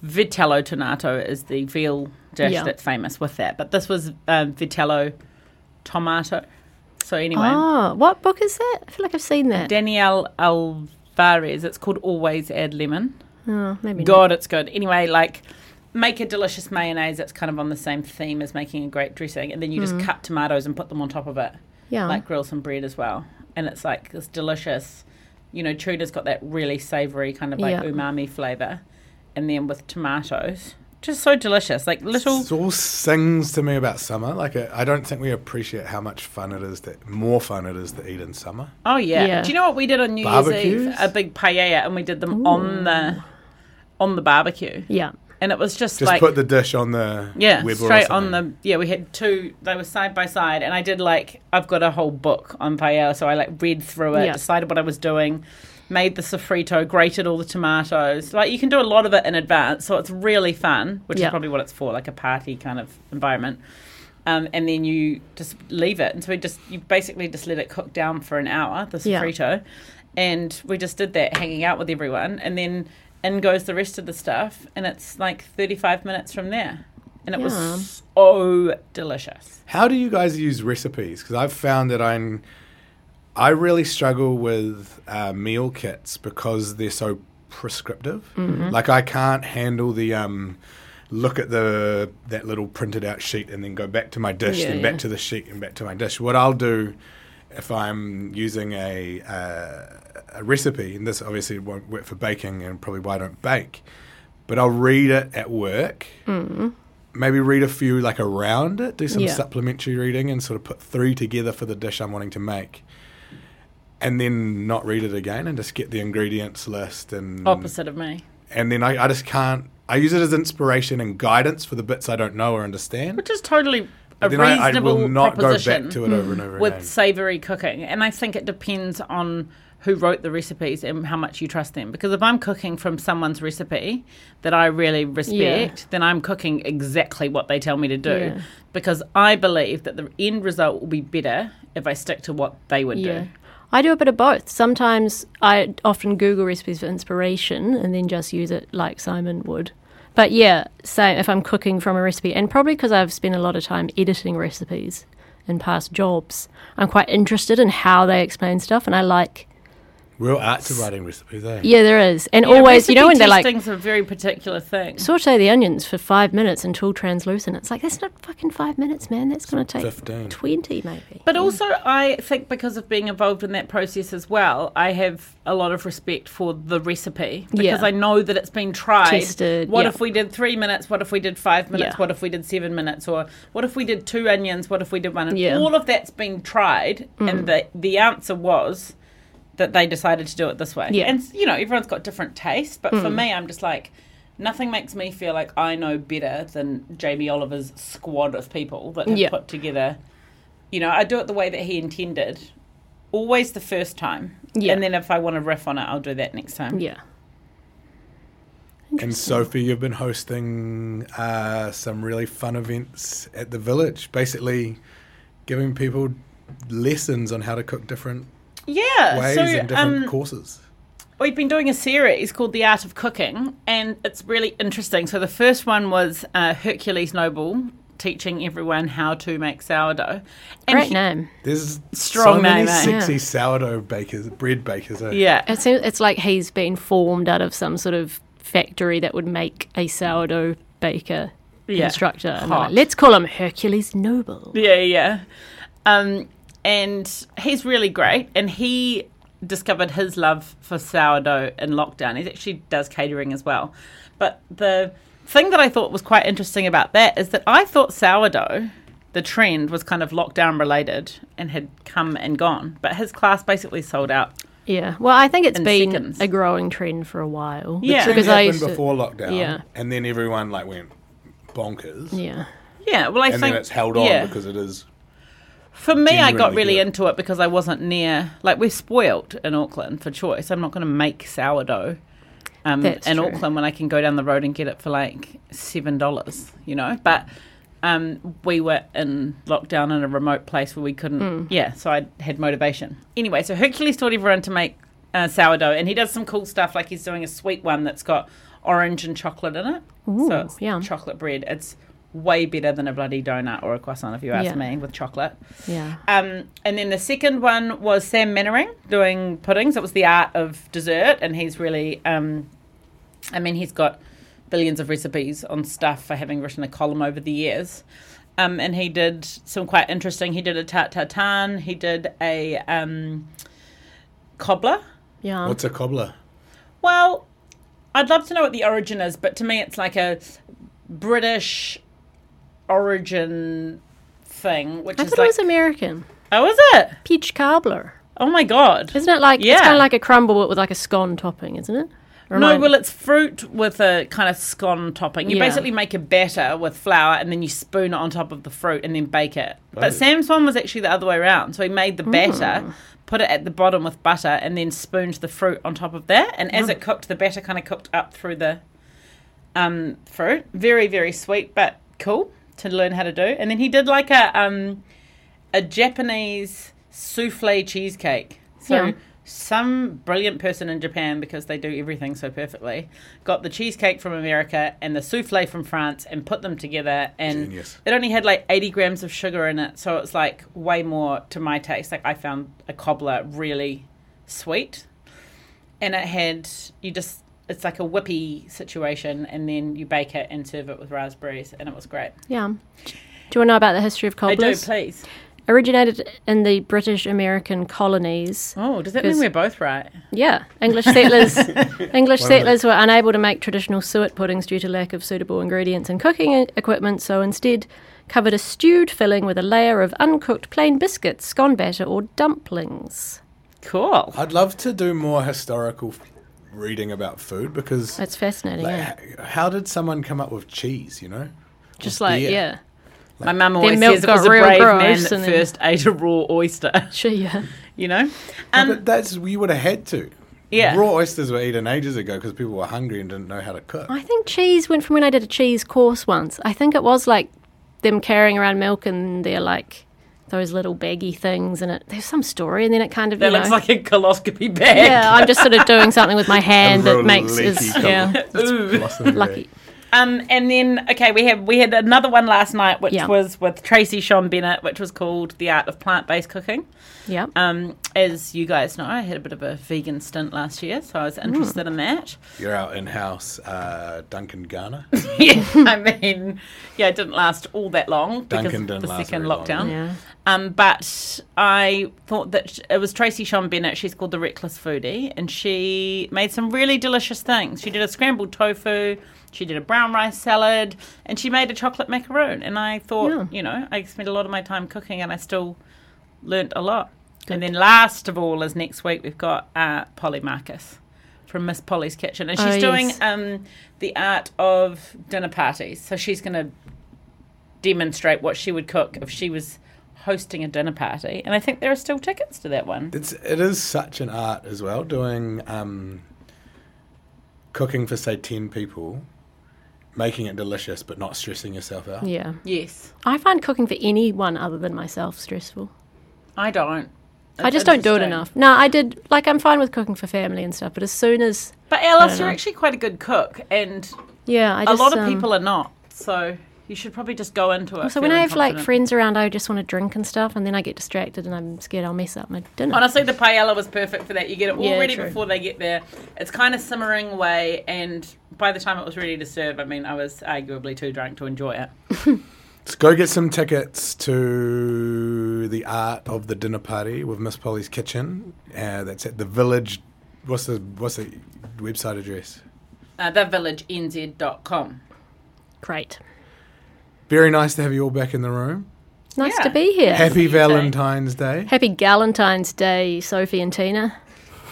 Speaker 5: Vitello tonato is the veal dish
Speaker 4: Yeah.
Speaker 5: that's famous with that. But this was um, Vitello tomato. So anyway,
Speaker 4: Oh, what book is that? I feel like I've seen that.
Speaker 5: Danielle Alvarez. It's called Always Add Lemon.
Speaker 4: Oh, maybe not.
Speaker 5: God, it's good. Anyway, like make a delicious mayonnaise that's kind of on the same theme as making a great dressing, and then you just cut tomatoes and put them on top of it.
Speaker 4: Mm. Yeah.
Speaker 5: Like grill some bread as well, and it's like this delicious. You know, cheddar's got that really savoury kind of like
Speaker 4: Yeah.
Speaker 5: umami flavour, and then with tomatoes, just so delicious. Like little.
Speaker 3: It all sings to me about summer. Like I I don't think we appreciate how much fun it is to more fun it is to eat in summer.
Speaker 5: Oh yeah.
Speaker 4: Yeah.
Speaker 5: Do you know what we did on New Year's Eve?
Speaker 3: Barbecues?
Speaker 5: A big paella, and we did them on the on the barbecue,
Speaker 4: yeah.
Speaker 5: and it was just,
Speaker 3: Just
Speaker 5: like
Speaker 3: put the dish on the
Speaker 5: Yeah,
Speaker 3: web or
Speaker 5: straight on
Speaker 3: something.
Speaker 5: the. Yeah, we had two. They were side by side, and I did like I've got a whole book on paella, so I like read through it,
Speaker 4: Yeah.
Speaker 5: decided what I was doing, made the sofrito, grated all the tomatoes. Like you can do a lot of it in advance, so it's really fun, which
Speaker 4: Yeah.
Speaker 5: is probably what it's for, like a party kind of environment. Um, and then you just leave it, and so we just you basically just let it cook down for an hour, the
Speaker 4: Yeah.
Speaker 5: sofrito, and we just did that, hanging out with everyone, and then in goes the rest of the stuff, and it's like thirty-five minutes from there and it
Speaker 4: Yeah.
Speaker 5: was so delicious.
Speaker 3: How do you guys use recipes? Because I've found that I'm, I really struggle with uh, meal kits because they're so prescriptive.
Speaker 4: Mm-hmm.
Speaker 3: Like I can't handle the um, look at the that little printed out sheet and then go back to my dish,
Speaker 4: Yeah,
Speaker 3: then
Speaker 4: yeah.
Speaker 3: back to the sheet and back to my dish. What I'll do if I'm using a uh, a recipe, and this obviously won't work for baking, and probably why I don't bake, but I'll read it at work maybe read a few like around it, do some
Speaker 4: Yeah.
Speaker 3: supplementary reading, and sort of put three together for the dish I'm wanting to make, and then not read it again and just get the ingredients list and
Speaker 5: Opposite of me,
Speaker 3: and then I, I just can't. I use it as inspiration and guidance for the bits I don't know or understand.
Speaker 5: which is totally a
Speaker 3: But then I, I
Speaker 5: reasonable
Speaker 3: will not go
Speaker 5: proposition Hmm.
Speaker 3: back to it over and over
Speaker 5: with
Speaker 3: again.
Speaker 5: savory cooking, and I think it depends on who wrote the recipes and how much you trust them. Because if I'm cooking from someone's recipe that I really respect, then I'm cooking exactly what they tell me to do.
Speaker 4: Yeah.
Speaker 5: Because I believe that the end result will be better if I stick to what they would
Speaker 4: Yeah.
Speaker 5: do.
Speaker 4: I do a bit of both. Sometimes I often Google recipes for inspiration and then just use it like Simon would. But yeah, same if I'm cooking from a recipe, and probably because I've spent a lot of time editing recipes in past jobs, I'm quite interested in how they explain stuff, and I like.
Speaker 3: Real art to writing recipes, eh?
Speaker 4: Yeah, there is, and always, you know, when they're like
Speaker 5: things are a very particular thing.
Speaker 4: saute the onions for five minutes until translucent. It's like that's not fucking five minutes, man. That's going to take
Speaker 3: 15.
Speaker 4: twenty, maybe.
Speaker 5: But also, I think because of being involved in that process as well, I have a lot of respect for the recipe because
Speaker 4: Yeah.
Speaker 5: I know that it's been tried.
Speaker 4: Tested,
Speaker 5: what
Speaker 4: yeah.
Speaker 5: if we did three minutes? What if we did five minutes?
Speaker 4: Yeah.
Speaker 5: What if we did seven minutes? Or what if we did two onions? What if we did one? And
Speaker 4: Yeah. Mm.
Speaker 5: all of that's been tried, and the the answer was that they decided to do it this way.
Speaker 4: Yeah. Mm.
Speaker 5: And you know, everyone's got different tastes, but for me, I'm just like. Nothing makes me feel like I know better than Jamie Oliver's squad of people that have
Speaker 4: Yeah.
Speaker 5: put together you know, I do it the way that he intended, always the first time.
Speaker 4: Yeah.
Speaker 5: And then if I want to riff on it, I'll do that next time.
Speaker 4: Yeah,
Speaker 3: And Sophie, you've been hosting uh, some really fun events at the village, basically giving people lessons on how to cook different
Speaker 5: Yeah.
Speaker 3: ways
Speaker 5: so
Speaker 3: and different
Speaker 5: um,
Speaker 3: courses.
Speaker 5: we've been doing a series called The Art of Cooking, and it's really interesting. So the first one was uh, Hercules Noble teaching everyone how to make sourdough. And
Speaker 4: great
Speaker 5: he-
Speaker 4: name.
Speaker 3: There's
Speaker 5: Strong
Speaker 3: so many
Speaker 5: name, eh?
Speaker 3: sexy
Speaker 4: Yeah.
Speaker 3: sourdough bakers, bread bakers. Eh?
Speaker 5: Yeah.
Speaker 4: It seems it's like he's been formed out of some sort of factory that would make a sourdough baker
Speaker 5: Yeah.
Speaker 4: constructor. And they're like,
Speaker 5: Hot.
Speaker 4: Let's call him Hercules Noble.
Speaker 5: Yeah, yeah. Um, and he's really great. And he discovered his love for sourdough in lockdown. He actually does catering as well. But the thing that I thought was quite interesting about that is that I thought sourdough, the trend, was kind of lockdown related and had come and gone. But his class basically sold out.
Speaker 4: Yeah. Well, I think it's
Speaker 5: And
Speaker 4: been
Speaker 5: seconds.
Speaker 4: a growing trend for a while.
Speaker 5: Yeah.
Speaker 3: Trend
Speaker 4: Because I
Speaker 3: happened
Speaker 4: used to-
Speaker 3: before lockdown,
Speaker 4: yeah.
Speaker 3: and then everyone like went bonkers,
Speaker 4: Yeah.
Speaker 5: Yeah, well, I
Speaker 3: and
Speaker 5: think
Speaker 3: then it's held on
Speaker 5: yeah.
Speaker 3: because it is.
Speaker 5: For me, I got
Speaker 3: Generally
Speaker 5: really
Speaker 3: good.
Speaker 5: into it because I wasn't near. Like we're spoilt in Auckland for choice. I'm not going to make sourdough um, in
Speaker 4: That's true.
Speaker 5: Auckland when I can go down the road and get it for like seven dollars. You know, but um, we were in lockdown
Speaker 4: Hmm.
Speaker 5: in a remote place where we couldn't. Yeah, so I had motivation anyway. So Hercules taught everyone to make uh, sourdough, and he does some cool stuff. Like he's doing a sweet one that's got orange and chocolate in it. so it's
Speaker 4: yum.
Speaker 5: chocolate bread. It's way better than a bloody donut or a croissant, if you ask
Speaker 4: Yeah.
Speaker 5: me, with chocolate.
Speaker 4: Yeah.
Speaker 5: Um, and then the second one was Sam Mannering doing puddings. It was the art of dessert, and he's really, um, I mean, he's got billions of recipes on stuff for having written a column over the years. Um, and he did some quite interesting. He did a tart tartan. He did a um, cobbler.
Speaker 4: Yeah.
Speaker 3: What's a cobbler?
Speaker 5: Well, I'd love to know what the origin is, but to me, it's like a British origin thing, which
Speaker 4: I
Speaker 5: is
Speaker 4: thought
Speaker 5: like
Speaker 4: it was American.
Speaker 5: oh, is it?
Speaker 4: Peach cobbler.
Speaker 5: Oh my god!
Speaker 4: Isn't it like
Speaker 5: Yeah.
Speaker 4: it's kind of like a crumble but with like a scone topping, isn't it? Or am I-
Speaker 5: No, well, it's fruit with a kind of scone topping. You
Speaker 4: Yeah.
Speaker 5: basically make a batter with flour and then you spoon it on top of the fruit and then bake it. But Sam's one was actually the other way around. So he made the batter, put it at the bottom with butter, and then spooned the fruit on top of that. And as it cooked, the batter kind of cooked up through the um, fruit. Very, very sweet, but cool to learn how to do. And then he did like a um, a Japanese souffle cheesecake. So
Speaker 4: Yeah.
Speaker 5: some brilliant person in Japan because they do everything so perfectly got the cheesecake from America and the souffle from France and put them together and
Speaker 3: Genius.
Speaker 5: it only had like 80 grams of sugar in it so it's like way more to my taste like I found a cobbler really sweet and it had you just it's like a whippy situation and then you bake it and serve it with raspberries and it was great
Speaker 4: yeah. Do you want to know about the history of
Speaker 5: I do
Speaker 4: cobblers?
Speaker 5: please
Speaker 4: Originated in the British American colonies.
Speaker 5: oh does that mean
Speaker 4: Is-
Speaker 5: we're both right
Speaker 4: Yeah, English settlers English settlers were unable to make traditional suet puddings due to lack of suitable ingredients and cooking e- equipment, so instead covered a stewed filling with a layer of uncooked plain biscuits, scone batter, or dumplings.
Speaker 5: cool
Speaker 3: I'd love to do more historical f- reading about food because
Speaker 4: That's fascinating.
Speaker 3: like,
Speaker 4: yeah.
Speaker 3: h- how did someone come up with cheese? You know,
Speaker 4: Just like
Speaker 3: beer.
Speaker 4: yeah,
Speaker 5: My mum always
Speaker 4: milk
Speaker 5: says it
Speaker 4: got
Speaker 5: was a
Speaker 4: real
Speaker 5: brave
Speaker 4: gross
Speaker 5: man that
Speaker 4: and then-
Speaker 5: first ate a raw oyster.
Speaker 4: sure, yeah.
Speaker 5: You know,
Speaker 3: No,
Speaker 5: um,
Speaker 3: but that's you would have had to.
Speaker 5: Yeah.
Speaker 3: raw oysters were eaten ages ago because people were hungry and didn't know how to cook.
Speaker 4: I think cheese went from when I did a cheese course once. I think it was like them carrying around milk and they're like those little baggy things, and it there's some story, and then it kind of
Speaker 5: that
Speaker 4: you know,
Speaker 5: looks like a coloscopy bag.
Speaker 4: yeah, I'm just sort of doing something with my hand
Speaker 3: real
Speaker 4: that makes
Speaker 3: leaky
Speaker 4: is
Speaker 3: colour.
Speaker 4: yeah
Speaker 3: Blossom
Speaker 4: lucky.
Speaker 5: Um, and then okay, we have we had another one last night, which
Speaker 4: Yeah.
Speaker 5: was with Tracy Sean Bennett, which was called "The Art of Plant-Based Cooking."
Speaker 4: Yeah,
Speaker 5: Um, as you guys know, I had a bit of a vegan stint last year, so I was
Speaker 4: Hmm.
Speaker 5: interested in that.
Speaker 3: You're out in house, uh, Duncan Garner.
Speaker 5: yeah, I mean, yeah, it didn't last all that long because
Speaker 3: Duncan
Speaker 5: of
Speaker 3: didn't
Speaker 5: the
Speaker 3: last
Speaker 5: second
Speaker 3: very long.
Speaker 5: lockdown.
Speaker 4: Yeah.
Speaker 5: Um, but I thought that sh- it was Tracy Sean Bennett. She's called the Reckless Foodie, and she made some really delicious things. She did a scrambled tofu, she did a brown rice salad, and she made a chocolate macaroon. And I thought, you know, I spent a lot of my time cooking, and I still learnt a lot. And then last of all is next week we've got uh, Polly Marcus from Miss Polly's Kitchen, and she's
Speaker 4: Oh,
Speaker 5: doing
Speaker 4: yes.
Speaker 5: um, the art of dinner parties. So she's going to demonstrate what she would cook if she was hosting a dinner party. And I think there are still tickets to that one.
Speaker 3: It's it is such an art as well doing um, cooking for say ten people, making it delicious but not stressing yourself out.
Speaker 4: yeah.
Speaker 5: Yes,
Speaker 4: I find cooking for anyone other than myself stressful.
Speaker 5: I don't.
Speaker 4: I just don't do it enough. No, I did like I'm fine with cooking for family and stuff, but as soon as
Speaker 5: But Alice,
Speaker 4: don't
Speaker 5: you're
Speaker 4: know.
Speaker 5: actually quite a good cook, and
Speaker 4: yeah, I
Speaker 5: a
Speaker 4: just,
Speaker 5: lot of
Speaker 4: um,
Speaker 5: people are not. So you should probably just go into it.
Speaker 4: So when I
Speaker 5: feeling
Speaker 4: have like
Speaker 5: confident.
Speaker 4: friends around, I just want to drink and stuff, and then I get distracted and I'm scared I'll mess up my dinner.
Speaker 5: Honestly, the paella was perfect for that. You get it all
Speaker 4: Yeah,
Speaker 5: ready
Speaker 4: true.
Speaker 5: before they get there. It's kind of simmering away, and by the time it was ready to serve, I mean, I was arguably too drunk to enjoy it.
Speaker 3: Let's go get some tickets to the art of the dinner party with Miss Polly's Kitchen. Uh, that's at the village. What's the what's the website address?
Speaker 5: Uh, thevillagenz.com.
Speaker 4: Great,
Speaker 3: Very nice to have you all back in the room.
Speaker 4: nice
Speaker 5: Yeah.
Speaker 4: to be here. Happy,
Speaker 3: Happy Valentine's Day.
Speaker 4: Galentine's Day, Sophie and Tina.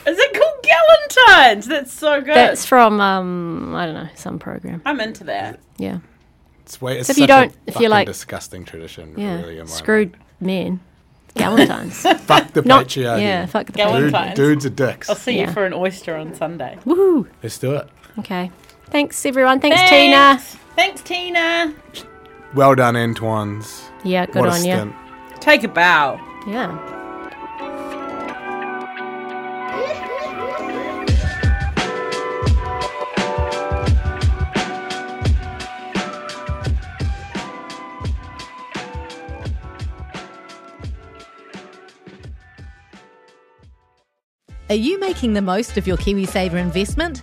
Speaker 5: Is it called Galentine's? That's so good.
Speaker 4: That's from um, I don't know some program.
Speaker 5: I'm into that.
Speaker 4: Yeah,
Speaker 3: It's way, it's
Speaker 4: if you
Speaker 3: such
Speaker 4: don't-
Speaker 3: a
Speaker 4: if you
Speaker 3: fucking
Speaker 4: like-
Speaker 3: disgusting tradition.
Speaker 4: yeah,
Speaker 3: really, in my
Speaker 4: screwed men. Galentine's,
Speaker 3: mind. Fuck the
Speaker 4: not
Speaker 3: patriarchy.
Speaker 4: yeah. Fuck the
Speaker 5: Galen-
Speaker 4: Galen-
Speaker 3: Dude,
Speaker 5: Valentine's.
Speaker 3: dudes are dicks.
Speaker 5: I'll see you
Speaker 4: Yeah.
Speaker 5: for an oyster on Sunday.
Speaker 4: Woohoo!
Speaker 3: Let's do it.
Speaker 4: Okay, thanks everyone. Thanks, Tina.
Speaker 5: Thanks, Tina.
Speaker 3: Well done, Antoine's.
Speaker 4: Yeah, good
Speaker 3: what a
Speaker 4: on you.
Speaker 3: stint.
Speaker 5: Take a bow.
Speaker 4: Yeah.
Speaker 7: Thank you. Are you making the most of your KiwiSaver investment?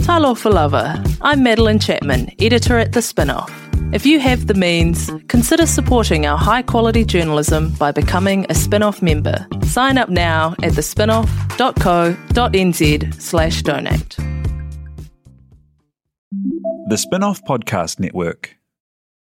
Speaker 8: Talo for Lover. I'm Madeline Chapman, editor at The Spinoff. If you have the means, consider supporting our high quality journalism by becoming a spinoff member. Sign up now at thespinoff.co.nz slash donate.
Speaker 1: The Spinoff Podcast Network.